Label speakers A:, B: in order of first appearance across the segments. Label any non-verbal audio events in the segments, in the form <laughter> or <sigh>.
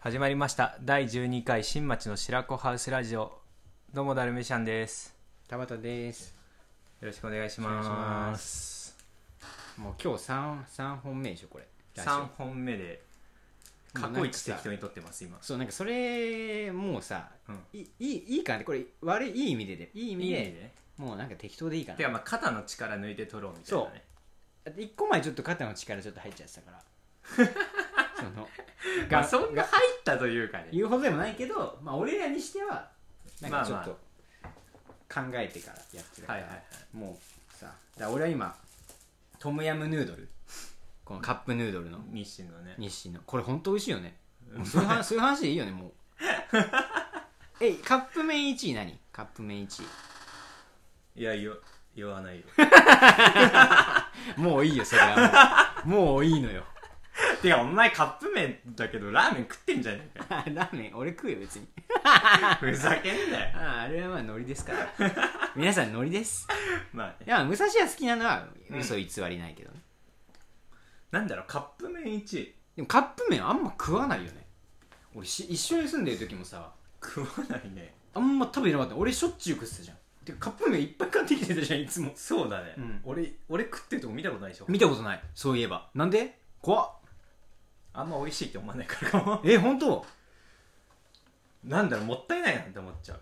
A: 始まりました第12回新町の白子ハウスラジオどうもダルメシャンです
B: 田畑です
A: よろしくお願いします
B: お願いしまもう今日 3, 三本目でしょこれラジオ
A: 3本目で過去一適当に撮ってます今
B: そうなんかそれもうさ、
A: うん
B: いいいいいいかなってこれ悪いいい意味ででいい意味
A: いい
B: で
A: ね
B: もうなんか適当でいいか
A: てか
B: な
A: まあ肩の力抜いて撮ろうみたいなね
B: 一個前ちょっと肩の力ちょっと入っちゃってたからそ
A: <laughs>
B: の
A: ま
B: が
A: あそんな
B: が
A: 入ったというかね
B: 言うほどでもないけどまあ俺らにしてはなんかちょっと考えてからやってたから、
A: はいはいは
B: もうさだから俺は今トムヤムヌードルこのカップヌードルの
A: 日清のね
B: 日清のこれ本当美味しいよねもうそういう <laughs> 話そういう話でいいよねもうえカップ麺1位何カップ麺1
A: いや言わ言わないよ <laughs>
B: 位もういいよそれはもうもういいのよ <laughs>
A: てかお前カップ麺だけどラーメン食ってんじゃねえ
B: ラーメン俺食うよ別 <laughs> に
A: かふざけんなよ
B: <laughs> あああれはまあノリですから皆さんノリです
A: まあね
B: いや武蔵屋好きなのは
A: うん
B: 嘘偽りないけどね、
A: なんだろうカップ麺1位
B: でもカップ麺あんま食わないよね俺し一緒に住んでる時もさ
A: 食わないね
B: あんま食べてなかった俺しょっちゅう食ってたじゃんてかカップ麺いっぱい買ってきてたじゃんいつも
A: そうだね、
B: うん
A: 俺俺食ってるとこ見たことないでしょ
B: 見たことないそういえばなんで怖っ
A: あんま美味しいって思わないからかも
B: え本当
A: なんだろうもったいないなって思っちゃう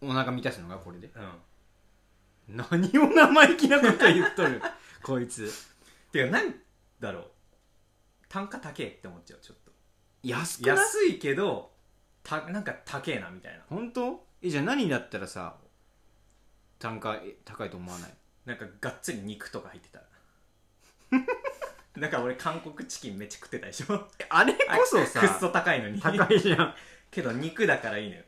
B: お腹満たすのがこれで
A: うん
B: 何を生意気なこと言っとる <laughs> こいつ
A: てかなんだろう単価高えって思っちゃうちょっ
B: 安
A: と
B: くない
A: 安いけどたなんか高えなみたいな
B: 本当えじゃあ何だったらさ単価え高いと思わない
A: なんかがっつり肉とか入って
B: <laughs>
A: たらなんか俺韓国チキンめっちゃ食ってたでしょ
B: あれこそ
A: くっ
B: さ
A: そ高いのに
B: 高いじゃん
A: けど肉だからいいのよ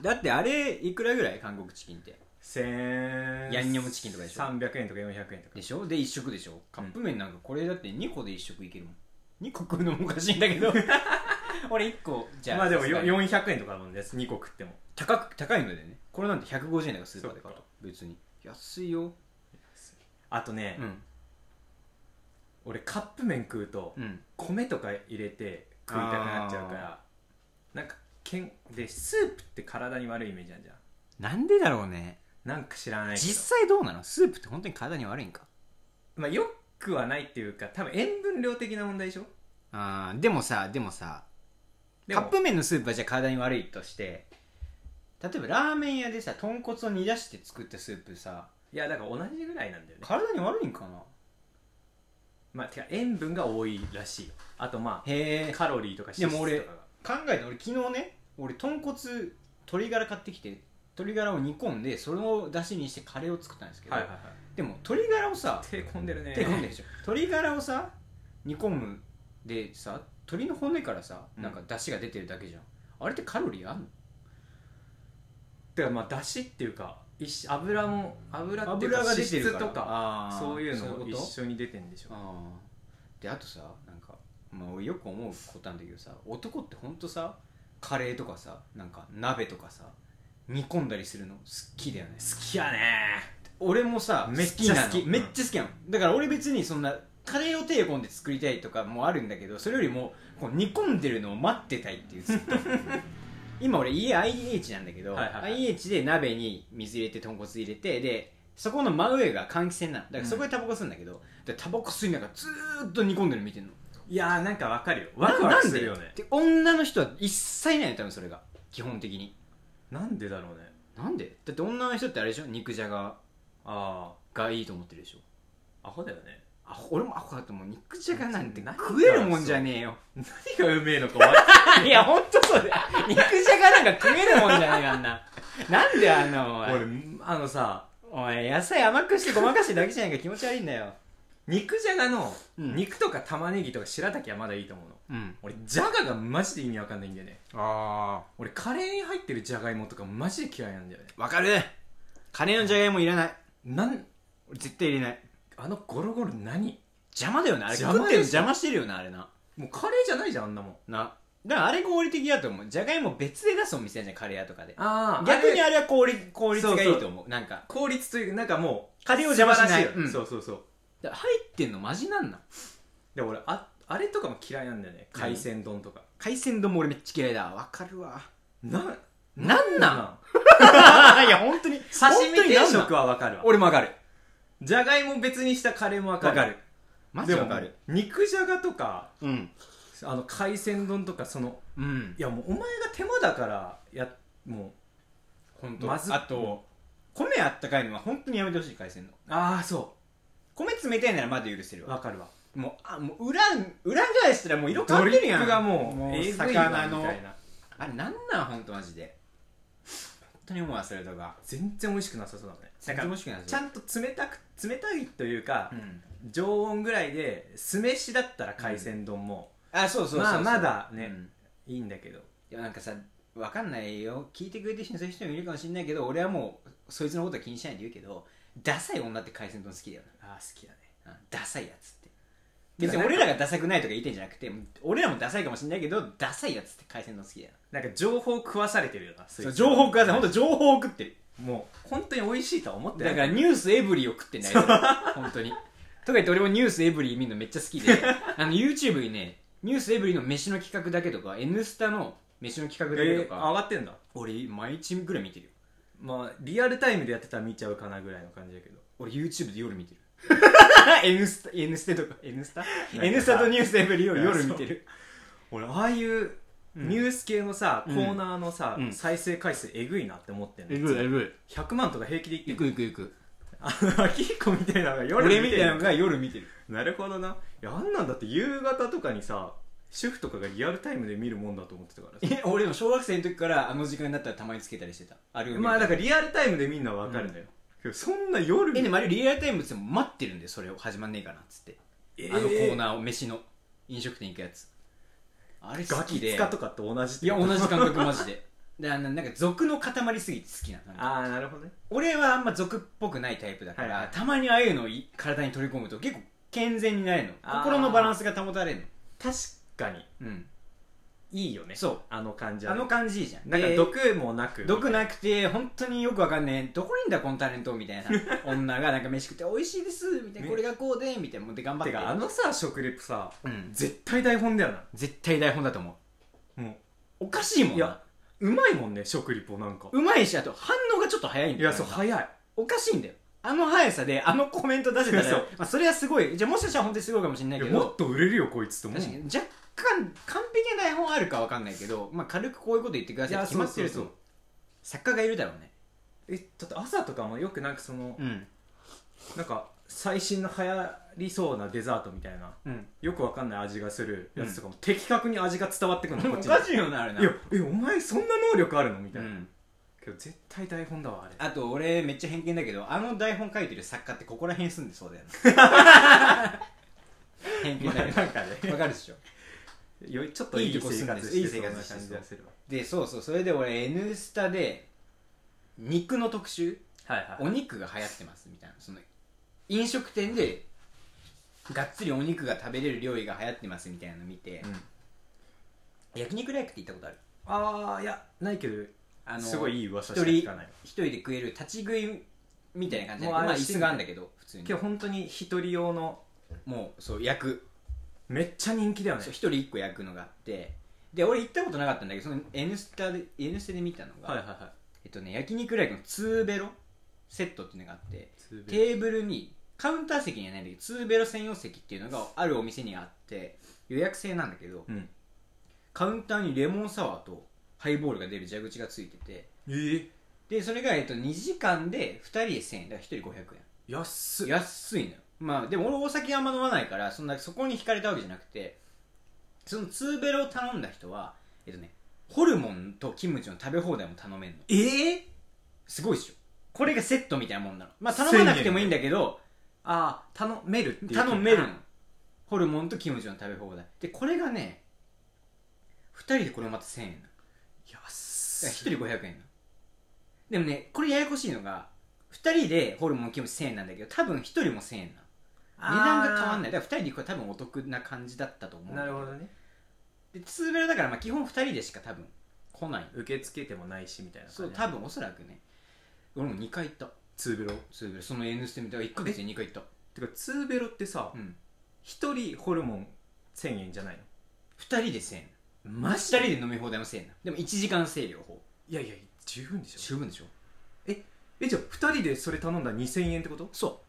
B: だってあれいくらぐらい韓国チキンって
A: 1000
B: ヤンニョムチキンとかでしょ
A: 300円とか400円とか
B: でしょで1食でしょカップ麺なんかこれだって2個で1食いけるもん2個食うのもおかしいんだけど俺1個 <laughs> じゃあ
A: まあでもよ
B: さすがに
A: 400円とかだもんね2個食っても
B: 高く高いのでねこれなんて150円だからスーパーで買う
A: そ
B: と別に安いよ
A: あとね、
B: うん
A: 俺カップ麺食うと
B: うん
A: 米とか入れて食いたくなっちゃうからなんかけんでスープって体に悪いイメージあるじゃん
B: なんでだろうね
A: なんか知らないけど、
B: 実際どうなのスープって本当に体に悪いんか
A: まあ、よくはないっていうか多分塩分量的な問題でしょ
B: あーでもさでもさ
A: で
B: カ
A: も
B: ップ麺のスープはじゃあ体に悪いとして例えばラーメン屋でさ豚骨を煮出して作ったスープさ
A: いやだから同じぐらいなんだよね、
B: 体に悪いんかな
A: まあ、てか塩分が多いらしいよあとまあ
B: へえ
A: カロリーとか脂質とか
B: で
A: が
B: も考えた俺昨日ね俺豚骨鶏ガラ買ってきて鶏ガラを煮込んでそれを出汁にしてカレーを作ったんですけど、
A: はいはいはい
B: でも鶏ガラをさ
A: 手込んでるね
B: 手込んでるでしょ鶏ガラをさ煮込むでさ鶏の骨からさ
A: うん
B: なんか出汁が出てるだけじゃん、あれってカロリーあんの
A: てかまあだしっていうか一緒油も油っていうか
B: 油が出てる
A: 脂質
B: から
A: とか
B: あー
A: そういうの
B: そういう
A: 一
B: こと
A: 緒に出てんでしょ
B: ああであとさなんか、まあ、俺よく思うことなんだけどさ男ってほんとさカレーとかさなんか鍋とかさ煮込んだりするの好きだよね
A: 好きやね
B: 俺もさ
A: めっちゃ好き
B: なの
A: うん
B: めっちゃ好きなの、だから俺別にそんなカレーを手を込んで作りたいとかもあるんだけどそれよりもこう煮込んでるのを待ってたいっていうず
A: <laughs>
B: っと今俺家 IH なんだけど、
A: はいはいはい
B: IH で鍋に水入れて豚骨入れてでそこの真上が換気扇なのだからそこでタバコ吸うんだけど、でタバコ吸いながらずーっと煮込んでるの見てるの
A: いやーなんかわかるよワクワクするよ
B: なん
A: ね
B: でで女の人は一切ないの多分それが基本的に
A: なんでだろうね
B: なんでだって女の人ってあれでしょ肉じゃが
A: あ
B: がいいと思ってるでしょ
A: あアホだよね
B: アホ俺もアホだと思う肉じゃがなんて
A: 何が
B: 食えるもんじゃねえよ
A: 何がうめえのかわか
B: いやほんとそうだよ肉じゃがなんか食えるもんじゃねえよあんななんであんなお
A: んない俺
B: 前
A: あのさ
B: お前野菜甘くしてごまかしてるだけじゃないか気持ち悪いんだよ
A: 肉じゃがの
B: うん
A: 肉とか玉ねぎとか白滝はまだいいと思うの
B: うん
A: 俺じゃががマジで意味わかんないんだよね
B: あ
A: 俺カレーに入ってるじゃがいもとかマジで嫌いなんだよね
B: あわかるカレーのじゃがいもいらない
A: なん
B: 俺絶対入れない
A: あのゴロゴロ何
B: 邪魔だよなあれ
A: 邪
B: 食
A: 魔
B: ってるの
A: でしょ
B: 邪魔してるよなあれな
A: もうカレーじゃないじゃんあんなもん
B: なだからあれ合理的だと思うじゃがいも別で出すお店あるじゃんカレー屋とかで
A: ああ
B: 逆にあれは効率効率がいいと
A: そ
B: 思うなんか
A: 効率というかなんかもう
B: カレーを邪魔しない
A: 素晴らしいよね
B: うん
A: そうそうそう
B: だから入ってんのマジなんなん
A: で俺ああれとかも嫌いなんだよね海鮮丼とか
B: 海鮮丼も俺めっちゃ嫌いだわかるわ <laughs>
A: な
B: なんない
A: や本当に刺身定食はわかるわ
B: 俺もわかる
A: じゃがいも別にしたカレーもわか
B: わ
A: る
B: かるマジわかる
A: でも肉じゃがとか
B: うん
A: あの海鮮丼とかその
B: うん
A: いやもうお前が手間だからやも
B: 本
A: まず
B: あと米あったかいのは本当にやめてほしい海鮮の
A: うああそ
B: 米冷たいならまだ許せる
A: う
B: わ
A: わかるわ
B: もうあもう裏裏返したらもう色変わってるやん
A: ドリップがもうえぐいわ
B: 魚の
A: みたいな
B: あれなんなん本当マジで本当に思うわそれとか
A: 全然美味しくなさそうだもんね
B: 全然美味しくない
A: ちゃんと冷たく冷たいというか
B: う、ん
A: 常温ぐらいで酢飯だったら海鮮丼も
B: あそうそうそうそう
A: まあまだね
B: うん
A: いいんだけど、
B: いやなんかさわかんないよ聞いてくれてる人にそういう人もいるかもしれないけど俺はもうそいつのことは気にしないで言うけどダサい女って海鮮丼好きだよ
A: ああ好きだね
B: なうんダサいやつって別に俺らがダサくないとか言ってんじゃなくて俺らもダサいかもしれないけどダサいやつって海鮮丼好きだよな
A: なんか情報食わされてるよな
B: そう情報食わせ
A: ほ
B: 本
A: ん
B: 当情報を食ってる
A: もう本当に美味しいとは思ってな
B: だ
A: い
B: からニュースエブリーを食ってんだよ本当にとか言って俺もニュースエブリー見るのめっちゃ好き <laughs> であの YouTube にねニュースエブリーの飯の企画だけとか「N スタ」の飯の企画だけ
A: えー
B: と
A: 上
B: か、
A: がってんだ
B: 俺毎日ぐらい見てるよ
A: まあリアルタイムでやってたら見ちゃうかなぐらいの感じだけど
B: 俺 YouTube で夜 <laughs> 見てる N スタ N ステとか N スタ
A: んか
B: N スタとニュースエブリーを夜見てる
A: 俺ああいうニュース系のさ、
B: うん
A: コーナーのさ、
B: うん
A: 再生回数えぐいなって思ってんの、
B: ぐ
A: 100万とか平気でいって
B: い
A: ん
B: くいくいく
A: あの秋彦みたいなのが夜
B: 俺
A: 見
B: み
A: て
B: たいな
A: る
B: のが夜見てる
A: なるほどないやあんなんだって夕方とかにさ主婦とかがリアルタイムで見るもんだと思ってたからさ
B: え俺でも小学生の時からあの時間になったらたまにつけたりしてたあれを見る
A: まあだからリアルタイムでみんなわかるのよ、けどそんな夜
B: え
A: に
B: でもあれリアルタイムっつっても待ってるんでそれを始まんねえかなっつって、あのコーナーを飯の飲食店行くやつあれ好
A: ガ
B: き
A: キ
B: で
A: ツカとかと同じって
B: い
A: い
B: や
A: う
B: 同じ感覚マジでであのなんか俗の塊すぎて好きななんか
A: <laughs> ああなるほどね
B: 俺はあんま俗っぽくないタイプだから、
A: はいはい
B: たまにああいうのをい体に取り込むと結構健全になれるの
A: あー
B: 心のバランスが保たれる
A: 確かに
B: のうん
A: いいよね
B: そう
A: あの感じは
B: あの感じいいじゃん
A: なんか
B: で
A: 毒もなく
B: 毒なくて本当によくわかんねえどこにいんだこのタレントみ
A: <laughs>
B: たいな女がなんか飯食って美味しいですみたい
A: ね
B: な、これがこうでみたいなもうで頑張って
A: かあのさ食レポさ
B: うん、
A: 絶対台本だよ
B: 絶対台本だと思
A: なも
B: うおかしいもん
A: い
B: な
A: やううまいもんね食リポなんか
B: うまいしあと反応がちょっと早いんだ
A: い
B: よ
A: やそう
B: なんか
A: 早い
B: おかしいんだよあの速さであのコメント出せたら
A: そう
B: まあ、それはすごいじゃあもしかしたら本当にすごいかもしれないい
A: や
B: け
A: もっ
B: ど
A: と売れるよこいつと思う
B: 確かに若干完璧な台本あるかわかんないけど、まあ、軽くこういうこと言ってくださいって決まってると思う作家がいるだろうね
A: えだって朝とかもよくなんかその、
B: うん
A: なんか最新の流行りそうなデザートみたいな
B: うん
A: よくわかんない味がするやつとかも、的確に味が伝わってくるの <laughs> こ
B: お
A: っち
B: かしいよなあれない
A: やえお前そんな能力あるのみた
B: う
A: いな、
B: ん、
A: けど絶対台本だわあれ
B: あと俺めっちゃ偏見だけどあの台本書いてる作家ってここら辺住んでそうだよ <laughs> ね偏見だけ
A: ま
B: ど
A: あなんかね
B: わかるでしょ
A: <laughs> よちょっと
B: い
A: い
B: い
A: い
B: とこ
A: 生
B: 住んで
A: 活
B: る
A: して
B: いい
A: そ
B: 生活
A: うな感じがするわ
B: でそうそうそれで俺「N スタ」で肉の特集
A: はいはい
B: お肉が流行ってますみたいなその飲食店でがっつりお肉が食べれる料理が流行ってますみたいなの見て、
A: うん
B: 焼肉ライクって行ったことある
A: ああいやないけど
B: あの
A: すごいいい
B: 一
A: 噂しか聞
B: 人
A: かない
B: 一人で食える立ち食いみたいな感じで、
A: もうあれ
B: まあ、椅子があるんだけど普通に
A: 今日本当に一人用の
B: もうそう焼く
A: めっちゃ人気だよね
B: そう一人一個焼くのがあってで俺行ったことなかったんだけどその N スタで N スタで見たのが、
A: はいはいはい
B: えっとね焼肉ライクの2ベロセットっていうのがあって
A: 通便
B: テーブルにカウンター席にはないんだけど2ベロ専用席っていうのがあるお店にあって予約制なんだけど
A: うん
B: カウンターにレモンサワーとハイボールが出る蛇口がついてて
A: ええ
B: でそれが、えっと、2時間で2人で1000円だから1人500
A: 安
B: 円
A: っ
B: 安いのよまあでも俺お酒あんま飲まないからそんなそこに惹かれたわけじゃなくてその2ベロを頼んだ人はえっとねホルモンとキムチの食べ放題も頼めるの
A: ええ
B: すごいっしょこれがセットみたいなもんなのまあ頼まなくてもいいんだけど
A: ああ頼めるっていう
B: 頼めるのホルモンとキムチの食べ放題でこれがね2人でこれもまた1000円なのだか
A: 安
B: ら
A: っ
B: 1人500円なのでもねこれややこしいのが2人でホルモンキムチ1000円なんだけど多分1人も1000円なの値段が変わんないいだから2人で行くは多分お得な感じだったと思う
A: なるほどね
B: でツーベルだからまあ基本2人でしか多分来ない
A: 受け付けてもないしみたいな
B: そう
A: 感じ
B: 多分おそらくね俺も2回行った
A: ツーベロ
B: ツーベルその N ステムで1ヶ月で2回行った
A: てかツーベロってさ
B: うん
A: 一人ホルモン1000円じゃないの
B: 2人で1000円
A: マ
B: 2人で飲み放題も1000円なでも1時間制両方
A: いやいや十分でしょ
B: 十分でしょ
A: えじゃあ2人でそれ頼んだら2000円ってこと
B: そ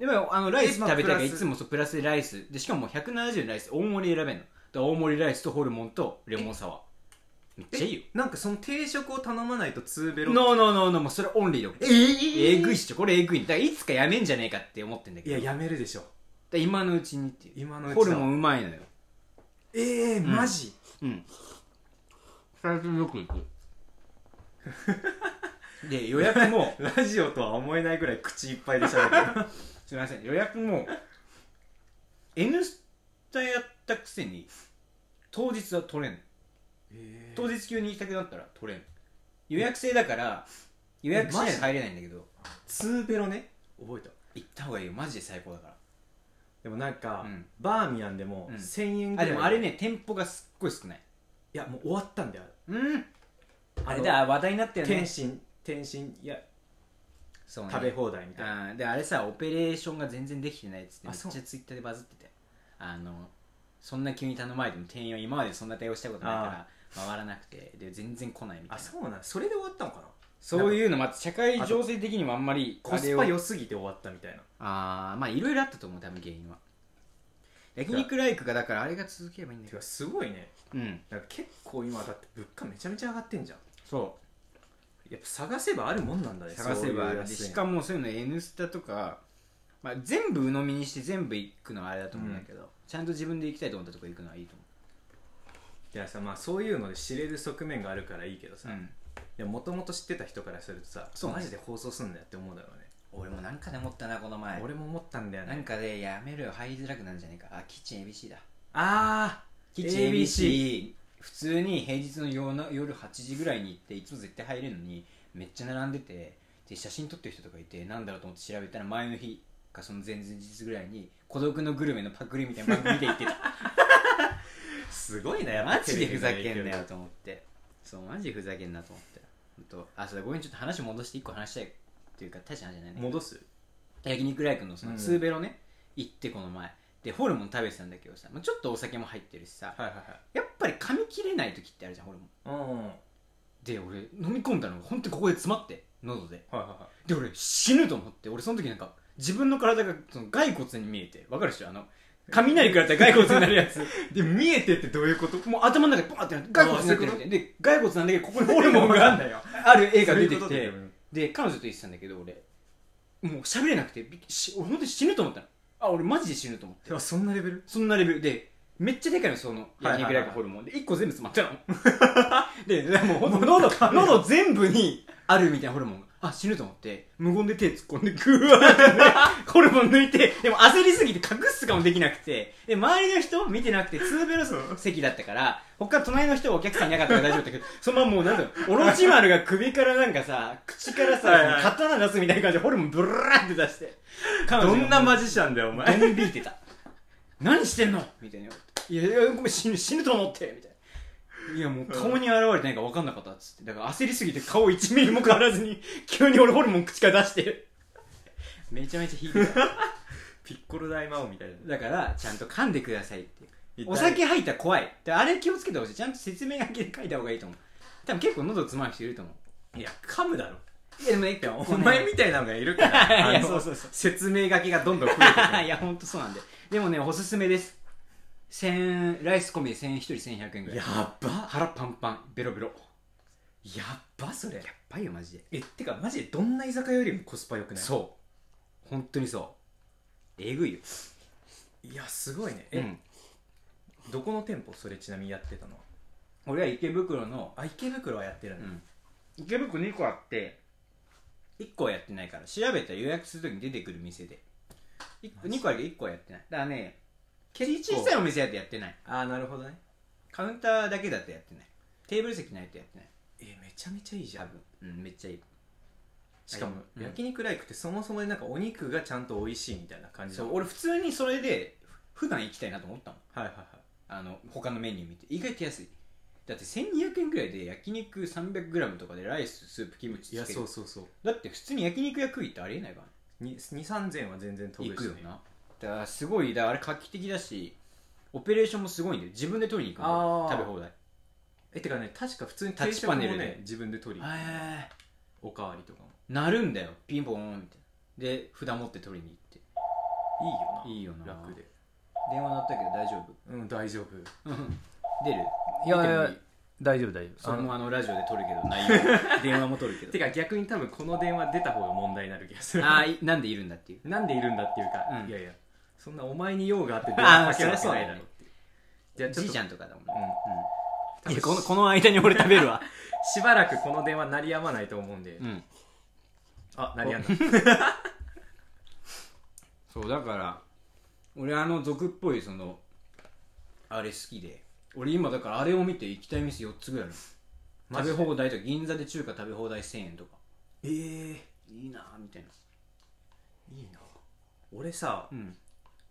B: うでもあのライス
A: まあ
B: 食べたいから
A: プラ
B: い
A: ス
B: つもそうプラスでライスでしかも170円ライス大盛り選べんのだから大盛りライスとホルモンとレモンサワーめっちゃいいよ
A: なんかその定食を頼まないと2ベロ
B: ノーノーノーノーもうそれオンリーで OK
A: え
B: えぐいっしょこれえぐいだからいつかやめんじゃねえかって思ってんだけ
A: い
B: ど
A: ややめるでしょ
B: だから今のうちにっていう
A: 今のうちだ
B: ホルモンうまいのよ
A: ええー、
B: ん
A: マジ、
B: うん2人ともよく行く <laughs> で予約も
A: ラジオとは思えないぐらい口いっぱいで喋ってる
B: <laughs> すみません予約も「N スタ」やったくせに当日は取れん
A: え
B: 当日急に行きたくなったら取れん予約制だから予約しないと入れないんだけど
A: 2ベロね覚えた
B: 行った方がいいよマジで最高だか
A: でもなんか、
B: うん
A: バーミヤンでも
B: うん
A: 1000円ぐ
B: ら
A: ら
B: あ
A: い、
B: でもあれね店舗がすっごい少ない
A: いやもう終わったんだよ
B: うんあれ
A: の
B: だ話題になったよ
A: 天
B: ね
A: 津天津いや
B: そうね
A: 食べ放題みたいな、
B: あーであれさオペレーションが全然できてないっつってめ
A: あ
B: っち
A: そう
B: ゃツイッターでバズっててあのそんな急に頼まれても店員は今までそんな対応したことないから回らなくてで全然来ないみたい
A: あ
B: な
A: そうなんそれで終わったのかな
B: そういうのまあ社会情勢的にもあんまり
A: コス
B: あ
A: パ
B: れを
A: 良すぎて終わったみたいな
B: あーまあいろいろあったと思う多分原因は焼肉ライクがだからあれが続ければいいんだ
A: て
B: けど
A: かすごいね
B: うん
A: なんか結構今だって物価めちゃめちゃ上がってんじゃん
B: そ
A: やっぱ探せばあるもんなんだ
B: う
A: ね
B: 探せばあるで
A: し
B: し
A: か
B: かもそういうの「N スタ」とか、まあ、全部鵜呑みにして全部行くのはあれだと思うんだけど、ちゃんと自分で行きたいと思ったとこ行くのはいいと思
A: いやさまあそういうので知れる側面があるからいいけどさ
B: う、、うん、
A: でもともと知ってた人からするとさ
B: そうね
A: マジで放送すんだよって思うだろうね、
B: 俺もなんかで思ったなこの前
A: 俺も思ったんだよ
B: なん
A: ね
B: かでやめるよ入りづらくなるんじゃねえかあキッチン ABC だ
A: あ
B: キッチン ABC 普通に平日の夜な夜8時ぐらいに行っていつも絶対入れるのにめっちゃ並んでてで写真撮ってる人とかいてなんだろうと思って調べたら前の日かその前々日ぐらいに「孤独のグルメ」のパクリみたいな番組で
A: <laughs>
B: 行ってた
A: ーすごいなやっぱ
B: マジでふざけ
A: テレ
B: ん
A: ビの
B: な
A: 影響
B: よと思ってそうマジでふざけんなと思ってほんとあそうだごめんちょっと話戻して1個話したいっていうか大した話じゃないね
A: 戻す
B: 焼肉ライクのその
A: うん
B: ツーベロね、行ってこの前でホルモン食べてたんだけどさ、まあ、ちょっとお酒も入ってるしさ
A: はいはい
B: やっぱり噛み切れない時ってあるじゃんホルモン
A: はいうんはい
B: で俺飲み込んだのが本当にここで詰まって喉で
A: は
B: で俺死ぬと思って俺その時なんか自分の体がその骸骨に見えてわかるでしょあの雷食らったら骸骨になるや <laughs> つ
A: いはいで見えてってどういうこと
B: もう頭の中でパーってなって骸骨になってるみたいで骸骨なんだけどここにホルモン
A: わか
B: が
A: んないよ
B: ある絵が出てき
A: そうい
B: て
A: うことだよ
B: で彼女と言ってたんだけど俺もう喋れなくてびっくりし俺本当に死ぬと思ったのあ俺マジで死ぬと思って
A: いやそんなレベル
B: そんなレベルで、めっちゃでかいの、その、
A: はいはいはい
B: 焼肉ライクホルモン。で、1個全部詰まっ
A: <laughs>
B: てるの。で、もうほんと、喉、喉全部にあるみたいなホルモンが。あ、死ぬと思って、無言で手突っ込んで、ぐわーって、
A: <laughs>
B: ホルモン抜いて、でも焦りすぎて隠すとかもできなくて、で、周りの人見てなくて、ツーベロス席だったから、他隣の人はお客さんいなかったから大丈夫だったけど、そのままもうなんだろう、オロチマルが首からなんかさ、口からさ、
A: はいはい
B: 刀出すみたいな感じでホルモンブラーって出して、
A: どんなマ
B: ジ
A: ジシャンだよお前
B: ドン引いてた何してんのみたいな「いやいやごめん死ぬ死ぬと思って」みたいな「いやもう顔に現れてないから分かんなかった」っつってだから焦りすぎて顔1ミリも変わらずに急に俺ホルモン口から出してるめちゃめちゃ引いてた
A: ピッコロ大魔王みたいな
B: だからちゃんと噛んでくださいっていう
A: 一体
B: お酒入ったら怖いであれ気をつけてほしいちゃんと説明書きで書いた方がいいと思う多分結構喉詰まる人いると思
A: いや噛むだろ
B: ういやでもね結構
A: お
B: ね
A: 前みたいなのがいるから
B: <laughs> いや
A: あの
B: そうそうそう
A: 説明書きがどんどん増え
B: <laughs>
A: てくる
B: いや本当そうなんででもねおすすめです1000ライス込みで1000一人1100円ぐらい
A: やっば
B: 腹パンパンベロベロや
A: やっばそれ
B: っばいよマジで
A: えってかマジでどんな居酒屋よりもコスパ良くない
B: そう本当にそうえぐいよ
A: いやすごいねえ、
B: うん
A: どこの店舗それちなみにやってたのは
B: 俺は池袋の、
A: あ池袋はやってるんだ、
B: 池袋2個あって1個はやってないから調べたら予約するときに出てくる店で2個あるけど1個はやってないだからね決して小さいお店だとやってない
A: ああなるほどね
B: カウンターだけだとやってないテーブル席ないとやってない
A: えめちゃめちゃいいじゃ
B: 多
A: ん
B: 分うんめっちゃいい
A: しかも、
B: うん
A: 焼肉ライクってそもそもなんかお肉がちゃんと美味しいみたいな感じ
B: そう
A: はい
B: 俺普通にそれで普段行きたいなと思ったもん
A: はいはい
B: あの他のメニュー見て意外と安いだって1200円ぐらいで焼肉 300g とかでライススープキムチ
A: い
B: つけ
A: や
B: て
A: そうそうそう
B: だって普通に焼肉屋食いってありえないからね
A: 2 3 0 0 0は全然飛
B: 行
A: ぶ
B: く
A: し
B: よなだからすごいだからあれ画期的だしオペレーションもすごいんだよ自分で取りに行くんだよ
A: あー
B: 食べ放題
A: えてかね確か普通に
B: タッ
A: 定
B: チ
A: 食
B: パ
A: も
B: ネルで
A: ね自分で取りに行く
B: へえ
A: おかわりとかも
B: なるんだよピンポーンみたいなで札持って取りに行
A: いいよ
B: っていいよな
A: な楽で
B: 電話鳴ったけど大丈夫
A: うん大丈夫
B: 出る
A: いやいや
B: 見ても
A: 大丈夫大丈
B: それもあのラジオで撮るけど内容電話も撮るけ <laughs> ど
A: てか逆に多分この電話出た方が問題になる気がする
B: ああいなんでいるんだっていう
A: なんでいるんだっていうか、
B: うん
A: いやいやそんなお前に用があって電
B: あー
A: 話かけるわ
B: そ
A: け
B: りゃ
A: ないだろ
B: そうだよね
A: っていうじゃあちょ
B: じ
A: っ
B: い
A: と
B: ちゃんとかだもんね、
A: うん
B: うんいやこのこの間に俺食べるわ
A: しばらくこの電話鳴りやまないと思うんで、
B: <laughs> うん
A: あ鳴りやんだ
B: そうだから俺あの俗っぽいそのあれ好きで俺今だからあれを見て行きたい店4つぐらいある
A: マ
B: 食
A: ジ
B: べ
A: で
B: 放題とか銀座で中華食べ放題1000円とか
A: ええ
B: いいなぁみたいない
A: いな俺さ、
B: うん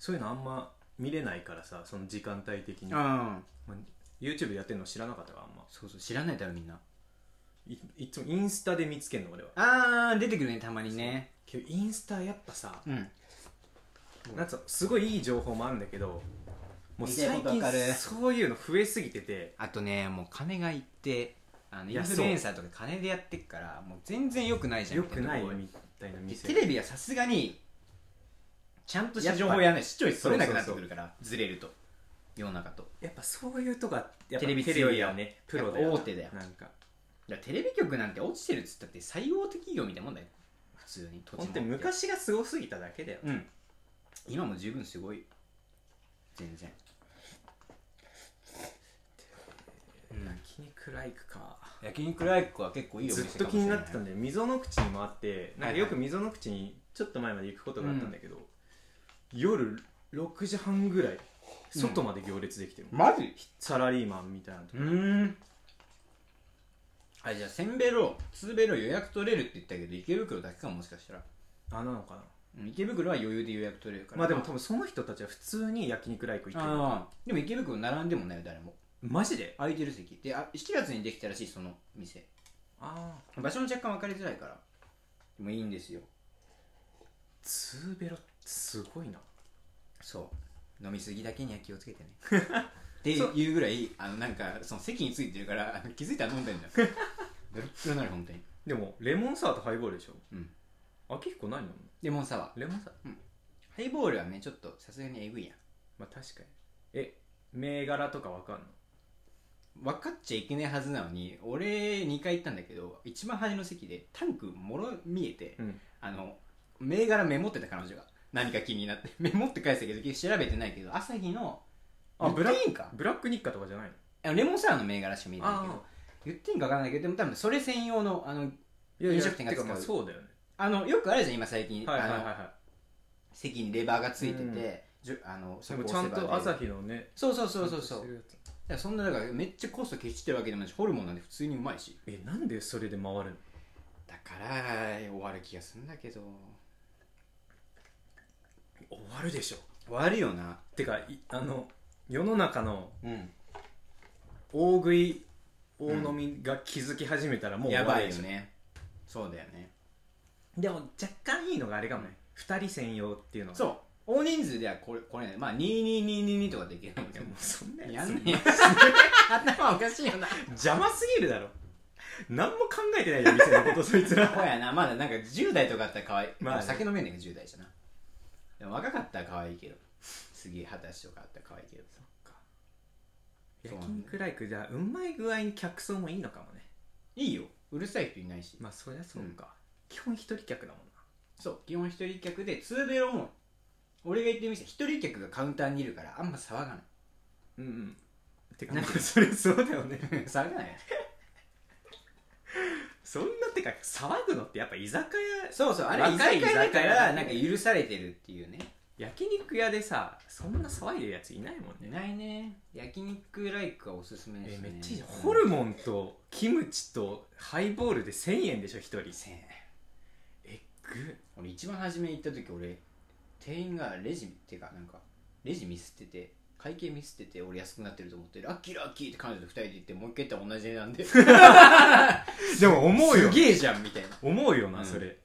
A: そういうのあんま見れないからさその時間帯的に、
B: ああ
A: まあ YouTube やってるの知らなかったからあんま
B: そうそう知らないだろみんない
A: いつもインスタで見つけんの俺は
B: ああ出てくるねたまにね
A: けどインスタやっぱさ、
B: うん
A: なんつうのすごいいい情報もあるんだけどもう
B: 見てる
A: 最
B: ことわ
A: 近
B: かる
A: そういうの増えすぎてて
B: あとねもう金がいってあの
A: い
B: イン
A: や
B: フルエンサーとか金でやってっからもう全然良くないじゃん
A: よくない
B: みたなとこ
A: みたいな
B: で
A: 店
B: テレビはさすがにちゃんとした情報やらない視聴率取れなくなってくるからずれると世の中と
A: やっぱそういうとこはやっぱ
B: テレビ
A: テレビはねプ
B: 強い
A: ロだ
B: よ
A: よな
B: やっぱ大手だよ
A: なんか
B: だからテレビ局なんて落ちてるっつったって採用的企業みたいなもんだよ普通に土地
A: 本
B: も
A: 当に昔がすごすぎただけだよ、
B: うん今も十分すごい全然
A: 焼肉ライクか
B: 焼肉ライクは結構いいお
A: ず
B: 店
A: っ
B: か
A: と
B: も
A: 気
B: しれ
A: に
B: な
A: ないってたんで溝の口にもあってなんかよく溝の口にちょっと前まで行くことがあったんだけど、夜6時半ぐらい外まで行列できてる、
B: マジ
A: サラリーマンみたいなとこ
B: うんあじゃあせんべろつべろ予約取れるって言ったけど池袋だけかもしかしたら
A: あなのかな
B: うん池袋は余裕で予約取れるから
A: まあでも多分その人たちは普通に焼肉ライク行ってる
B: ああでも池袋並んでもないよ誰も
A: マジで
B: 空いてる席であ7月にできたらしいその店
A: ああ
B: 場所も若干分かりづらいからでもいいんですよ
A: ツーベロってすごいな
B: そう飲みすぎだけには気をつけてね <laughs> っていうぐらいあのなんかその席についてるからあ <laughs> の気づいたら飲んでん
A: <laughs>
B: だよドロッドロになる本当に
A: でもレモンサワーとハイボールでしょ
B: うん
A: あ結構何飲むの
B: レモンサワー
A: レモンサワー
B: ハイボールはねちょっとさすがにえぐいや
A: まあ確かにえ銘柄とかわかんの
B: ん分かっちゃいけないはずなのに俺2回行ったんだけど一番端の席でタンクもろ見えて、
A: うん
B: あの銘柄メモってた彼女が何か気になって <laughs> メモって返したけど結局調べてないけど朝日の
A: あブラ
B: 言っていいんか
A: ブラック日課とかじゃないの
B: あのレモンサワーの銘柄しか見えないんだけ
A: あ
B: ど言っていいんか分かんないけどでも多分それ専用のあ
A: い
B: の
A: やいや
B: 飲食店が使う
A: てかまあそうだよね
B: あのよくあるじゃん今最近、
A: はいはいはい
B: あの
A: は
B: 席にレバーがついてて、
A: うん
B: じゅあの
A: い
B: そ
A: で
B: こ
A: もち
B: 押
A: ゃ
B: せ
A: ん
B: ば出る
A: と朝日のね
B: そうそうそうそうそ
A: ちゃんとして
B: う
A: るやつ
B: いやそんなだからめっちゃコスト消してるわけでもないしホルモンなんで普通にうまいし
A: えなんでそれで回るの
B: だから終わる気がするんだけど
A: 終わるでしょ
B: 終わるよな
A: てかいあの世の中の
B: うん
A: 大食い大飲みが気づき始めたらもう終
B: や
A: わ
B: ば
A: る
B: い
A: でし
B: よ
A: ょ
B: ねそうだよね
A: でも若干いいのがあれかもね2人専用っていうのが
B: そう大人数ではこれこれねまあ22222とかできるんだけ
A: で
B: ど
A: も
B: <laughs>
A: そんな
B: や
A: やつ
B: んねえ <laughs> 頭おかしいよな
A: 邪魔すぎるだろ何も考えてないよ店のことそいつら
B: そうやなまだなんか10代とかあったら可愛い、
A: まあね
B: お酒飲めんねんけど10代じゃなでも若かったら可愛いけどすげえ二十歳とかあったら可愛いけど
A: 焼肉ライクじゃあうまい具合に客層もいいのかもね
B: いいようるさい人いないし、
A: まあそりゃそうか、基本一人客だもんな
B: そう基本一人客で2ベロも俺が行ってる店一人客がカウンターにいるからあんま騒がない
A: うんうんてか
B: なん
A: ま
B: か
A: あそれそうだよね
B: <laughs> 騒がないよ
A: そんなてか騒ぐのってやっぱ居酒屋
B: そうそうあれ居
A: 若い
B: 酒屋だか
A: 居酒屋
B: ら
A: だ
B: なん
A: ね
B: か許されてるっていうね
A: 焼肉屋でさそんな騒いでるやついないもんね
B: いないね焼肉ライクはおすすめで
A: え
B: すね
A: めっちゃいいじゃんホルモンとキムチとハイボールで1000円でしょ1人
B: せん
A: えぐ
B: 俺一番初め行った時俺店員がレジっていうかなんかレジミスってて会計ミスってて俺安くなってると思ってラッキーラッキーって彼女と二人で行ってもう一回行ったら同じ値段 <laughs> です
A: でも思うよ
B: げえじゃんみたいな
A: 思うよな、
B: うん
A: それ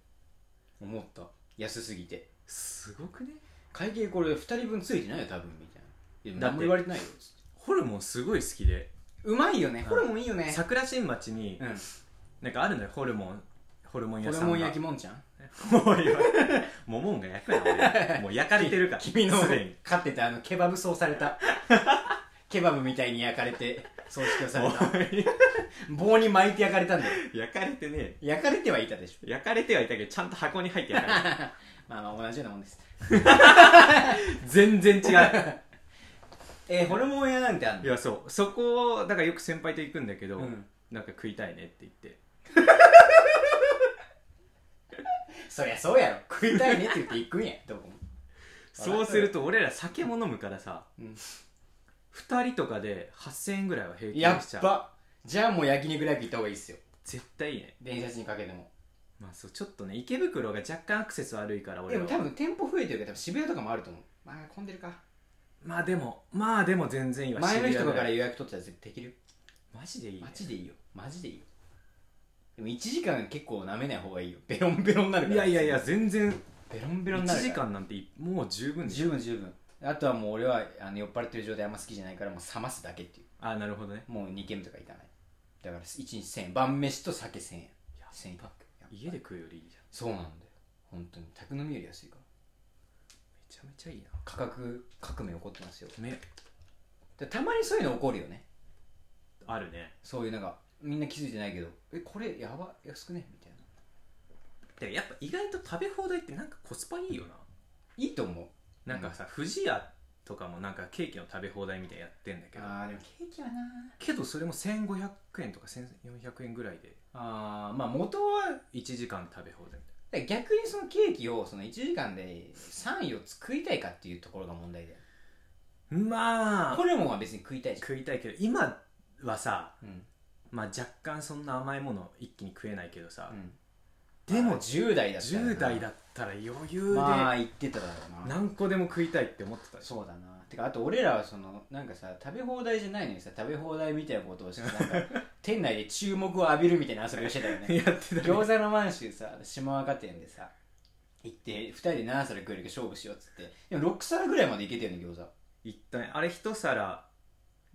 B: 思った安すぎて
A: すごくね
B: 会計これ二人分ついてないよ多分みたいないや
A: だって
B: 何も言われてないよつって
A: ホルモンすごい好きで
B: うまいよね
A: ん
B: ホルモンいいよね
A: 桜新町に
B: うん
A: なんかあるのよホルモンホルモン
B: ホ
A: 屋
B: ル
A: さんが
B: モン焼きもんちゃん
A: もういいわ <laughs> もうもんが焼くな俺もう <laughs> 焼かれてるから
B: 君の
A: すでに
B: 飼ってたあのケバブそうされ
A: <laughs>
B: たケバブみたいに焼かれて葬式をされた棒に巻いて焼かれたんだよ
A: おい焼かれてねえ
B: 焼かれてはいたでしょ <laughs>
A: 焼かれてはいたけどちゃんと箱に入って焼かれて
B: まあまあ同じようなもんです
A: <laughs> 全然違う
B: えーホルモン屋なんてあ
A: <laughs>
B: ん
A: い
B: の
A: やそうそこをだからよく先輩と行くんだけど、
B: うん
A: なんか食いたいねって言って
B: そりゃそうやろ食いたいねって言って行くんやどこも
A: そうすると俺ら酒も飲むからさ、
B: うん
A: 二2人とかで8000円ぐらいは平
B: や
A: 均しち
B: っ
A: ゃう
B: ばじゃあもう焼肉ライブ行った方がいいっすよ
A: 絶対いいね
B: 電車賃かけても
A: まあそうちょっとね池袋が若干アクセス悪いから俺
B: で
A: は
B: も多分店舗増えてるけど多分渋谷とかもあると思うまあ混んでるか
A: まあでもまあでも全然いいわ
B: 前の日とか
A: 渋
B: から
A: 谷ぐい
B: 予約取ってたら絶対できるよ
A: マジでいい、ね
B: マ、ジでいいよマジでいいよでも1時間結構舐めない方がいいよベロンベロンになるか
A: い
B: ら
A: やいやいや全然
B: ベロンベロ
A: 1
B: ンになる
A: 時
B: から
A: 間なんていもう十分でしょ
B: 十分十分あとはもう俺はあの酔っ払ってる状態あんま好きじゃないからもう冷ますだけってい
A: ああなるほどね
B: うもう2軒目とか行かないだから1日1000円晩飯と酒1000円1000円パック
A: 家で食うよりいいじゃん
B: そうなんだよ本当に宅飲みより安いから
A: めちゃめちゃいいな
B: 価格革命起こってますよ
A: 目
B: でたまにそういうの起こるよね
A: あるね
B: そういうなんかみんな気づいてないけどえこれやば安くねみたいな
A: でもやっぱ意外と食べ放題ってなんかコスパいいよ
B: いいと思う
A: ななんかさ不二家とかもなんかケーキの食べ放題みたいなやってんだけど
B: あーでもケーキはな
A: けどそれも1500円とか1400円ぐらいで
B: あーまあ元は
A: 1時間食べ放題み
B: だから逆にそのケーキをその1時間で3位を作りたいかっていうところが問題だよ
A: たいなま
B: ホルモンは別に食いたいじ
A: 食いたいけど今はさ、
B: ゃん、うん
A: まあ、若干そんな甘いもの一気に食えないけどさ
B: う、ん、
A: でも
B: あー10代だったらな
A: 10代だったら余裕で
B: まあ言ってただろうな
A: 何個でも食いたいって思って
B: <laughs>
A: たでしょ
B: そうだなてかあと俺らはそのなんかさ食べ放題じゃないのにさ食べ放題みたいなことをしてなんか <laughs> 店内で注目を浴びるみたいな遊びをしてたよね <laughs>
A: やってたね
B: 餃子の満州さ島若店でさ行って2人で7皿食えるけど勝負しようっつってでも6皿ぐらいまでいけてるの餃子
A: 一旦あれ一皿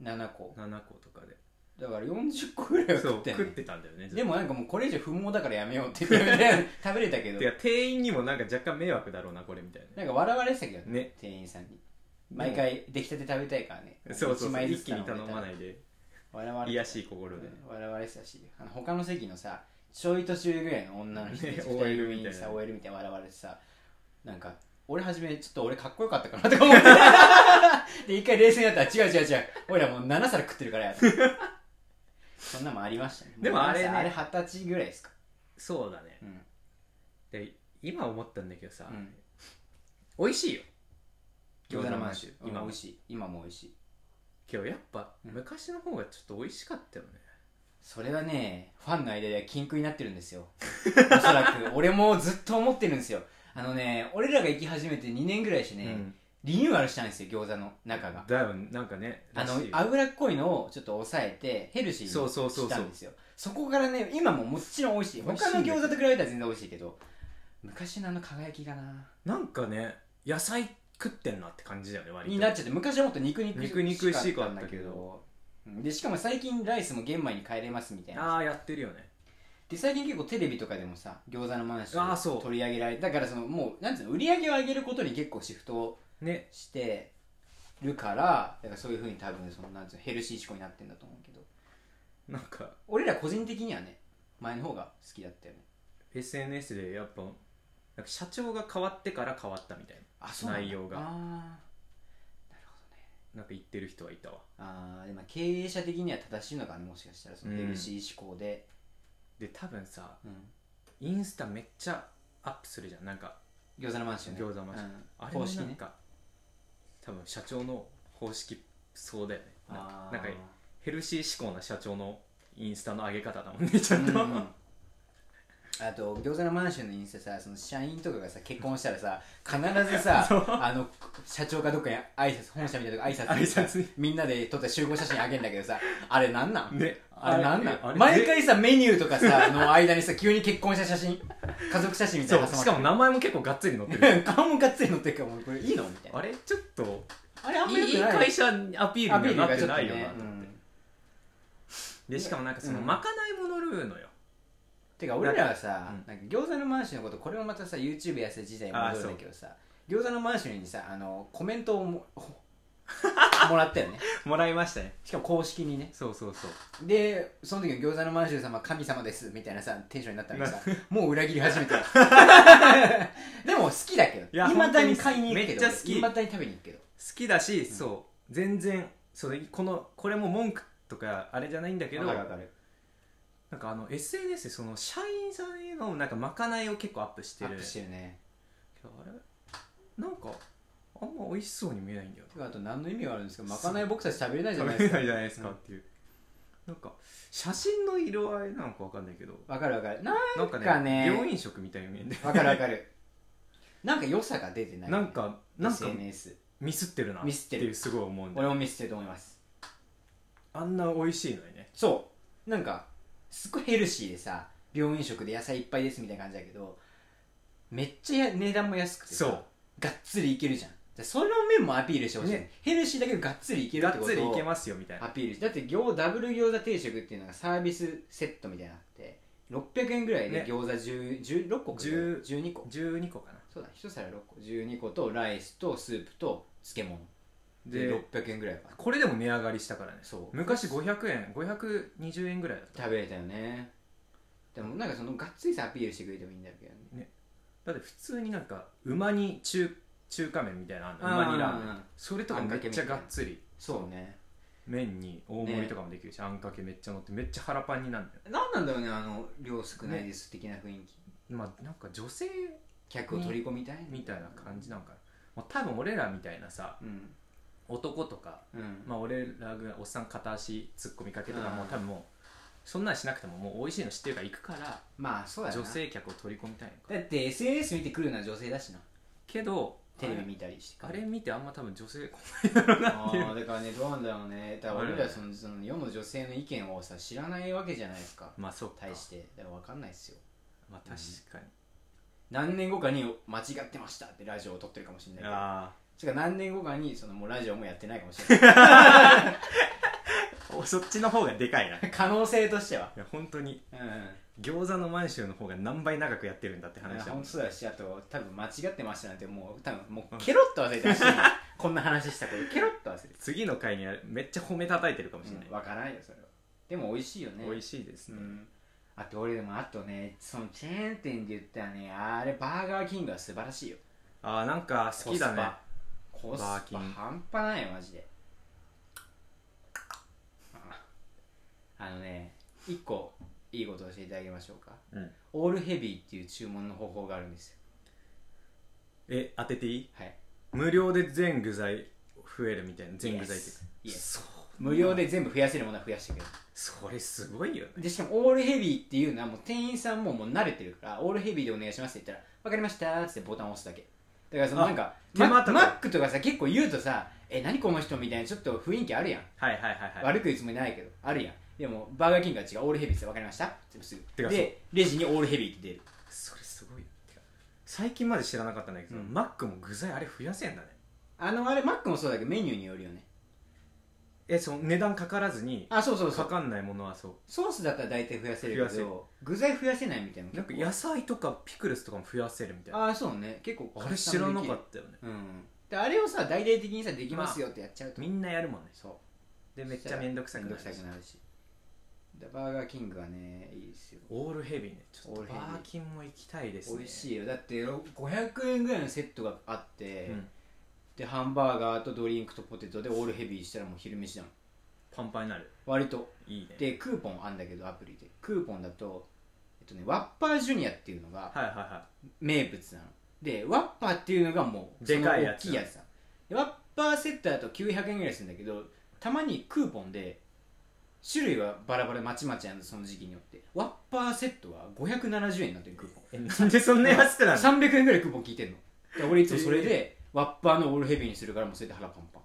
B: 7個
A: 7個とかで
B: だから40個ぐらいは
A: そう
B: 食って
A: 食ってたんだよねずっと
B: でもなんかもうこれ以上不毛だからやめようって言って
A: <laughs>
B: 食べれたけど
A: てか店員にもなんか若干迷惑だろうなこれみたいな
B: なんか笑われてたけどね
A: ね
B: 店員さんに毎回出来たて食べたいからね
A: そうそう
B: 一
A: そう
B: 枚ず
A: 一
B: つ
A: 気に頼
B: んでたら
A: まないで
B: 笑われ
A: 癒
B: てた
A: やしい心で
B: うん笑われてたしあの他の席のさちょい年上ぐらいの女の
A: <laughs>
B: 人
A: ね
B: 二人
A: OL
B: 組に
A: みたい
B: さ
A: な
B: OL みたいに笑われてさなんか俺初めちょっと俺かっこよかったかなとか思って <laughs> で一回冷静になったら違う違う違う俺らもう7皿食ってるからやそんなもんありましたね
A: でもあれね
B: うあれ二十歳ぐらいですか
A: そうだね
B: うん
A: で今思ったんだけどさ、
B: うん
A: 美味しいよ
B: 餃子の満州
A: 今
B: 今美
A: も
B: 味しい今も美味しい
A: けどやっぱ
B: うん
A: 昔の方がちょっと美味しかったよね
B: それはねファンの間では禁句になってるんですよおそらく俺もずっと思ってるんですよあのね俺らが行き始めて2年ぐらいしてね、リニューアルしたんですよ餃子の中が
A: だよねなんかね
B: あの
A: らしいよ
B: 脂っこいのをちょっと抑えてヘルシーに
A: そうそうそうそう
B: したんですよそこからね今ももちろん美味しい
A: 美味しい
B: 他
A: んだ
B: の
A: けど
B: 餃子と比べたら全然美味しいけど昔のあの輝きがな
A: なんかね野菜食ってんなって感じだよね割と
B: になっちゃって昔はもっと肉肉
A: 肉々しかっ
B: かっ
A: た
B: ん
A: た
B: だ
A: け
B: け
A: ど
B: どうんでしかも最近ライスも玄米に変えれますみたいな
A: ああやってるよね
B: で最近結構テレビとかでもさ餃子のマンシ
A: あーそ
B: ョン
A: う
B: 取り上げられだからそのもうなんつうの売り上げを上げることに結構シフトを
A: ね
B: してるからだからそういうふうに多分そのなんつうのヘルシー思考になってんだと思うけど
A: なんか
B: 俺ら個人的にはね前の方が好きだったよね
A: SNS でやっぱなんか社長が変わってから変わったみたいな
B: あ
A: そうなんだ内容が
B: あーなるほどね
A: なんか言ってる人はいたわ
B: あーでも経営者的には正しいのかねもしかしたらそのヘルシー思考で、
A: で多分さ
B: うん
A: インスタめっちゃアップするじゃんなんか
B: 餃子のマンションね
A: 餃子マンション
B: うん
A: あれも
B: 公式
A: なん
B: ね
A: か、多分社長の方式そうだよねなんか
B: あー
A: なんかヘルシー志向な社長のインスタの上げ方だもんねちゃんと、
B: うんうんあと餃子のマンションのインスタさその社員とかがさ結婚したらさ必ず
A: <laughs>
B: さあの社長かどっかに挨拶本社みたいなとこ挨拶にさ
A: 挨拶に
B: みんなで撮った集合写真あげるんだけどさあれなんな
A: <laughs>
B: ん
A: ね
B: あれなんな
A: あ
B: ん
A: れ
B: 毎回さメニューとか <laughs> さの間にさ急に結婚した写真家族写真みたい
A: そ
B: な
A: う
B: の <laughs>
A: しかも名前も結構がっつり載ってる
B: も顔もがっつり載ってるからもうこれいいのみたいな
A: あれちょっと
B: あれあんま
A: い
B: り
A: い
B: よくない
A: 会社アピー
B: ア
A: ル
B: ピー
A: に
B: ル
A: はな
B: が
A: っ
B: ちょ
A: て
B: っと
A: ないよな
B: ね
A: と
B: う
A: 思って
B: ん
A: でしかもなんかその
B: うん
A: まかないものルールのよ
B: てか俺らはさ
A: うん
B: なんか餃子のマンションのことこれもまたさ YouTube やせ時代戻るんだけどさ餃子のマンションにさあのコメントをも <laughs> もらったよね
A: もらいましたね
B: しかも公式にね
A: そうそうそう
B: でその時の餃子のマンション様神様ですみたいなさテンションになったのにさもう裏切り始め
A: <laughs>
B: たでも好きだけど
A: いや
B: いまだに買いに行くけど
A: めっちゃ好き
B: いまだに食べに行くけど
A: 好きだし、そう全然そうこのこれも文句とかあれじゃないんだけどな
B: る
A: んかあの SNS でその社員さんへのなんかまかないを結構アップして
B: ア
A: る
B: ップしてるね
A: あれなんかあんま美味しそうに見えないんだよ
B: てかあと何の意味があるんですかまかない僕たち食べれないじゃない
A: 食べれ
B: ですか
A: ないじゃないですか <laughs> っていう、なんか写真の色合いなのかわかんないけど
B: わかるわかるな
A: なんかね
B: かね
A: 病院食みたいに見えんで
B: わかるわかるなんか良さが出てない
A: なんかなんか
B: SNS
A: ミスってるな
B: ミスってる
A: いうすごい思うんで
B: 俺も見せてると思います
A: あんな美味しいのにね
B: そうなんかすごいヘルシーでさ病院食で野菜いっぱいですみたいな感じだけどめっちゃや値段も安くてさ
A: そう
B: がっつりいけるじゃんじゃあその面もアピールしてほしい、
A: ね
B: ヘルシーだけどがっつりいけるっ
A: が
B: て
A: っ
B: こ
A: つり
B: と
A: い
B: を
A: けますよみたい
B: ア
A: な
B: ピールしてだって餃ダブル餃子定食っていうのがサービスセットみたいなのあって600円ぐらいで
A: ね
B: 餃子10 16個か
A: 10
B: 12個
A: 12個かな
B: そうだ1皿6個12個とライスとスープと漬物で
A: で
B: 600円ぐらいかな
A: これでも値上がりしたからね
B: そう
A: 昔500円520円ぐらいだった
B: 食べれたよねでもなんかそのがっつりさアピールしてくれてもいいんだけどね
A: だって普通になんかうま煮中中華麺みたいなのあんのうま煮ラーメンそれとかめっちゃがっつり
B: そうね
A: 麺に大盛りとかもできるし、あんかけめっちゃ乗ってめっちゃ腹パンになるんだよ
B: なんなんだろうねあの量少ないです的な雰囲気
A: まあなんか女性
B: 客を取り込みたい
A: みたいな感じなんかな、もう多分俺らみたいなさ
B: うん
A: 男とか、
B: うん
A: まあ、俺らがおっさん片足突っ込みかけとかも
B: うん
A: 多分もうそんなんしなくてももう美味しいの知ってるから行くから
B: まあそうだな
A: 女性客を取り込みたいの
B: だ
A: か
B: って SNS 見てくるのは女性だしな
A: けど
B: テレビ見たりして
A: あれ見てあんま多分女性来ないだろうな
B: あ
A: っていう
B: あだからねどうなんだろうねだから俺らはそのその世の女性の意見をさ知らないわけじゃないですか
A: まあそっか
B: 対してだから分かんないっすよ
A: まあ確か
B: 何年後かに間違ってましたってラジオを撮ってるかもしれない
A: に、
B: けど
A: あ
B: しかも何年後かにそのもうラジオもやってないかもしれない
A: あおそっちの方がでかい <laughs> ない
B: 可能性としては
A: や本当に
B: うん、うん、
A: 餃子の満州の方が何倍長くやってるんだって話だも
B: 本
A: ん
B: 当そうだしあと多分間違ってましたなんてもう多分もうケロッと忘れてました、
A: <laughs>
B: こんな話したことケロッと忘れて
A: 次の回にはめっちゃ褒め叩いてるかもしれ
B: た、
A: ない、
B: うん、わからないよそれはでも美味しいよね
A: 美味
B: し
A: しいです
B: う
A: ね、
B: ん、あと俺でもあとねそのチェーン店で言ったらねあれバーガーキングは素晴らしいよ
A: ああなんか好きだね
B: コス
A: バー
B: パ
A: キン
B: 半端ないよマジであのね一個いいことを教えていただきましょうか
A: うん
B: オールヘビーっていう注文の方法があるんですよ
A: え当てていい
B: はい
A: 無料で全具材増えるみたいな全具材っていうか
B: Yes Yes
A: そう
B: 無料で全部増やせるものは増やしてくれ
A: それすごいよ
B: る
A: ね
B: でしかもオールヘビーっていうのはもう店員さんももう慣れてるからオールヘビーでお願いしますって言ったら「分かりました」っつってボタンを押すだけだからその
A: あ
B: なんか
A: 手
B: マ
A: 間とか
B: マックとかさ結構言うとさ「え何この人」みたいなちょっと雰囲気あるやん
A: はいはいはいはい
B: 悪く言うつもりないけどあるやんでもバーガーキングは違うオールヘビーって分かりましたってすぐ
A: てか
B: でレジにオールヘビーって出る
A: それすごいよてか最近まで知らなかったんだけど、
B: うん
A: マックも具材あれ増やせんだね
B: あのあれマックもそうだけどメニューによるよね
A: えその値段かからずに
B: あそうそうそ
A: か
B: う
A: かんないものはそう
B: ソースだったら大体増やせる
A: 増
B: け
A: やせる
B: ど具材増やせないみたいな
A: なんか野菜とかピクルスとかも増やせるみたいなあ
B: ああそうね結構
A: れ知らなかったよね
B: たうんであれをさ大々的にさできますよってやっちゃうと、
A: みんなやるもんね
B: そう
A: でめっちゃめんどくさくな
B: め
A: る
B: んどくさくなるしだバーガーキングはねいいですよ
A: オールヘビーねちょっ
B: オー
A: と
B: ルヘ
A: バ
B: ビー
A: ーキンも行きたいですね
B: 美味しいよだって500円ぐらいのセットがあって、
A: うん
B: でハンバーガーとドリンクとポテトでオールヘビーしたらもう昼飯だもん
A: パンパンになる
B: 割と
A: いいね
B: でクーポンあんだけどアプリでクーポンだと、えっとね、ワッパージュニアっていうのが
A: はいはいは
B: 名物なのでワッパーっていうのがもう
A: でかいやつ
B: その大きいやつだでワッパーセットだと900円ぐらいするんだけどたまにクーポンで種類はバラバラまちまちなんでその時期によってワッパーセットは570円になってるクーポン
A: いえなんでそんな安くなるの
B: 300円ぐらいクーポン聞いてんのだから俺いつもそれでワッパーのオールヘビーにするからもうそれで腹パンパン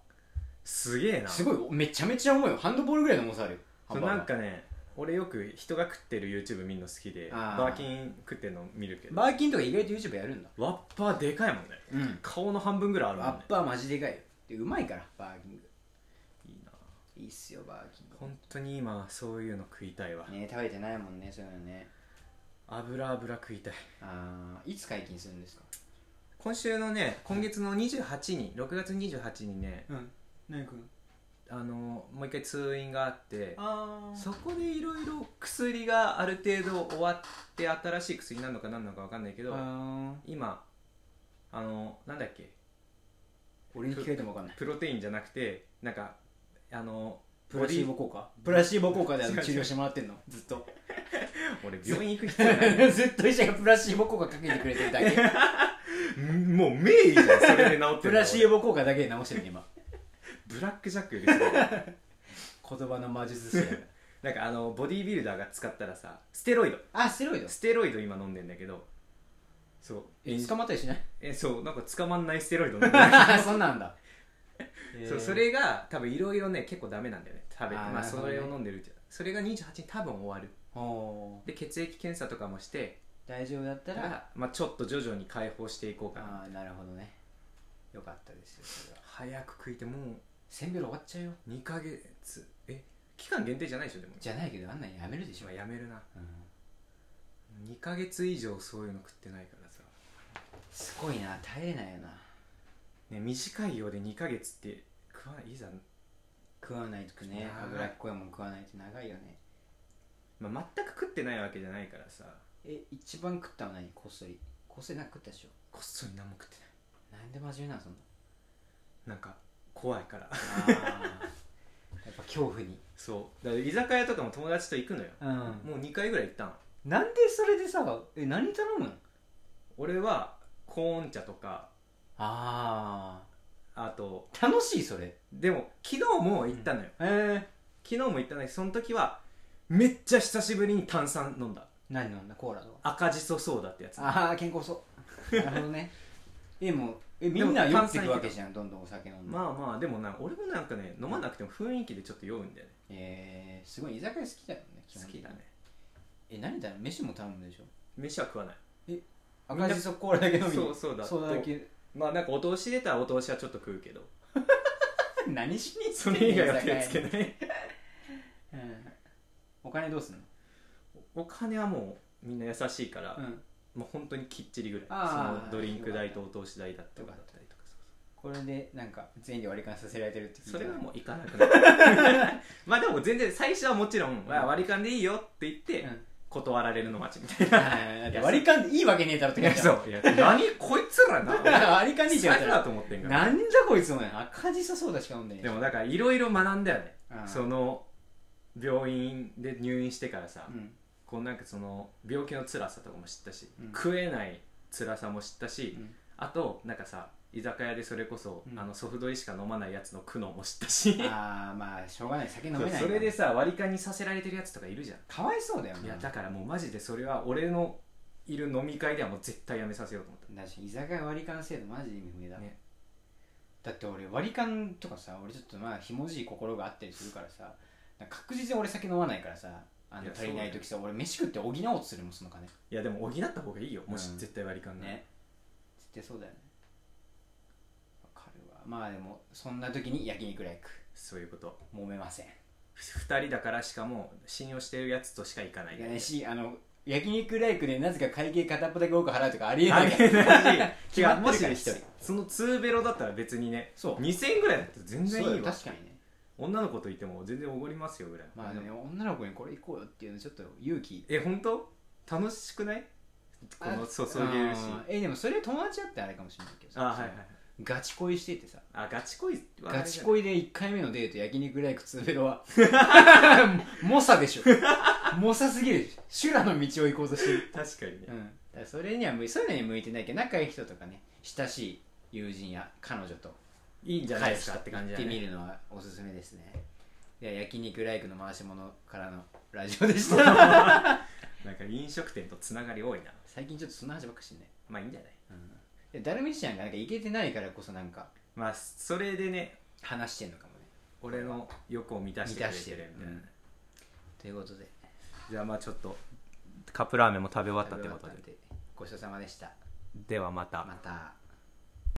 A: すげえな
B: すごいめちゃめちゃ重いよハンドボールぐらいの重さあるよハ
A: そ
B: ン
A: う
B: バーガ
A: な
B: ー
A: んかね俺よく人が食ってる YouTube 見るの好きで
B: あー
A: バーキン食ってるの見るけど
B: バーキンとか意外と YouTube やるんだ
A: ワッパーでかいもんね
B: うん
A: 顔の半分ぐらいあるも
B: ワ
A: ん
B: ッパーマジでかいよでうまいからバーキング
A: いいない
B: いっすよバーキング
A: 本当に今そういうの食いたいわ、
B: ね食べてないもんねそういうのね
A: 油油食いたい
B: あーいつ解禁するんですか
A: 今週のね今月の28に6月28にね
B: うん何くん
A: あのもう一回通院があって
B: あ
A: そこでいろいろ薬がある程度終わって新しい薬になるのかなんのか分かんないけど
B: あ
A: 今あのなんだっけ
B: 俺に聞かれても分かんない
A: プロテインじゃなくてなんかあの
B: プラシーボ効果プラシーボ効果であの治療してもらってんのずっ <laughs> と
A: 俺病院行く必要ない
B: ずっと医者がプラシーボ効果かけてくれてる <laughs> だけ
A: うん <laughs> もう名医じゃんそれで治ってるの
B: プラシーボ効果だけで治してるね今
A: ブラックジャックよりすごい
B: 言葉の魔術師だ
A: <laughs> なんかあのボディービルダーが使ったらさステロイド
B: <laughs> あステロイド
A: ステロイド今飲んでんだけどそう
B: え捕まったり <laughs> しない
A: えそうなんか捕まんないステロイド飲んでる
B: そんなん <laughs> だ
A: <laughs> そうそれが多分いろいろね結構ダメなんだよね食べ
B: あ
A: ま
B: ー
A: あ
B: なるほ
A: そ
B: どね
A: れを飲んでるうちはそれが28に多分終わる
B: ほう
A: で血液検査とかもして
B: 大丈夫だった
A: だからら、まあ、ちょっと徐々に解放していこうかな
B: ああなるほどねよかったですよそれは
A: 早く食いても
B: せんべろ終わっちゃうよ
A: う2ヶ月え期間限定じゃないでしょでも
B: じゃないけどあんなんやめるでしょ
A: 今、やめるな
B: うん、
A: 2ヶ月以上そういうの食ってないからさ、
B: すごいな耐えれないよな
A: ね、短いようで2ヶ月って食わないいざ、
B: 食わないとね
A: 長い
B: 脂っこいもん食わないと長いよね
A: まあ、全く食ってないわけじゃないからさ
B: え一番食ったのは何こっそりこっそりなんか食ったでしょ
A: こっそり何も食って
B: なんで真面目なのそん <laughs> な
A: ないなんか怖いから <laughs>
B: あーやっぱ恐怖に
A: そうだから居酒屋とかも友達と行くのよ、
B: うん
A: もう2回ぐらい行ったの
B: なんでそれでさえ何頼むの
A: 俺はコーン茶とか
B: あ
A: あと
B: あ楽しいそれ
A: でも昨日も行ったのよ、
B: ええ
A: 昨日も行ったんだけどその時はめっちゃ久しぶりに炭酸飲んだ
B: 何飲んだコーラとか
A: 赤じそソーダってやつ
B: ああ健康 <laughs> そうなるほどねえもうえみんな酔ってくわけじゃんどんどんお酒飲んで、
A: まあまあでもな俺もなんかね飲まなくても雰囲気でちょっと酔うんだよね
B: えー、すごい居酒屋好きだよね基
A: 好
B: 本的
A: き
B: に
A: だね
B: え何だろう飯も頼むでしょ
A: 飯は食わないみんな
B: 赤じそコーラだけ飲み
A: そうそうだ
B: そうだけ
A: まあなんかお通し出たらお通しはちょっと食うけど
B: 何しに
A: それ以外は手つけ
B: い、
A: ない
B: <laughs> うん、お金どうすんの、
A: お金はもうみんな優しいから、
B: うん、
A: もう本当にきっちりぐらいそ
B: あー
A: のドリンク代とお通し代だったりとか
B: よかっ
A: そ
B: た
A: う
B: これでなんか全員で割り勘させられてるって聞
A: そ
B: い
A: う
B: た
A: それは
B: う
A: もう行かなくなる <laughs> まあでも全然最初はもちろん、まあ割り勘でいいよって言って、
B: うん
A: 断られるの待ちみたいな
B: はいだって割り勘でいいわけねえだろっ
A: <laughs>
B: て
A: い
B: 言
A: や
B: われ
A: そ
B: たら
A: ういや何こいつらな
B: 割り勘でいいじゃん
A: 何だと思ってんから
B: なんだこいつお前赤じそソーダしか飲んでねえ
A: でもだからいろいろ学んだよね
B: うん
A: その病院で入院してからさ、
B: うん
A: こうなんかその病気の辛さとかも知ったし、
B: うん
A: 食えない辛さも知ったし、
B: うん
A: あとなんかさ居酒屋でそれこそ、
B: うん
A: あのソフトリしか飲まないやつの苦悩も知ったし
B: ああまあしょうがない酒飲めないな
A: それでさ割り勘にさせられてるやつとかいるじゃん、
B: かわいそうだよない
A: やだからもうマジでそれは俺のいる飲み会ではもう絶対やめさせようと思った
B: だし居酒屋割り勘制度マジで意味不明だ、
A: ね
B: だって俺割り勘とかさ俺ちょっとまあひもじい心があったりするからさなんか確実に俺酒飲まないからさあ
A: い
B: の
A: や
B: 足りない時さ俺飯食って補おうとするもんその金ね
A: いやでも補った方がいいよもし
B: うん
A: 絶対割り勘なら、
B: 絶対そうだよねわかるわまあでもそんな時に焼肉ライク
A: そういうこと
B: 揉めません
A: 2人だからしかも信用してるやつとしか行かない
B: いやねしあの焼肉ライクでなぜか会計片っぽだけ多く払うとかありえない
A: 投げ <laughs> ないし違う
B: ま
A: も
B: ってるから
A: し
B: 一人
A: その2ベロだったら別にね
B: そう
A: 2000円ぐらいだったら全然
B: そう
A: いい
B: よ
A: わ
B: 確かにね
A: 女の子といても全然おごりますよぐらい
B: まあね女の子にこれ行こうよっていうのちょっと勇気
A: え本当楽しくないこの注げ
B: あ
A: るし
B: あーえでもそれ友達だってあれかもしれないけど
A: あはいはい
B: ガチ恋しててさ
A: あガチ恋はあれ
B: ガ
A: じゃない
B: チ恋で1回目のデート焼肉ライクツーベロ
A: <laughs>
B: は猛者でしょ猛者すぎるでしょ修羅の道を行こうとしてる
A: 確かにね
B: うんだからそれには向いそういうのに向いてないけど仲いい人とかね親しい友人や彼女と
A: いいんじゃないですかって感じだ
B: 行ってみ
A: ね
B: るのはおすすめですねでは焼肉ライクの回し物からのラジオでした
A: <laughs> なんか飲食店とつながり多いな
B: 最近ちょっとそんな話ばっかりしてんね
A: まあいいんじゃない
B: うんでダルミッシャンがなんか行けてないからこそなんか
A: まあそれでね
B: 話してんのかもね
A: 俺の欲を満たしてくれてるみたいな
B: 満たということで
A: じゃあまあちょっとカップラーメンも食べ終わった
B: 食
A: っ
B: べ
A: て
B: 終
A: こ
B: わ
A: と
B: った
A: で
B: んでごちそうさまでした
A: ではまた
B: また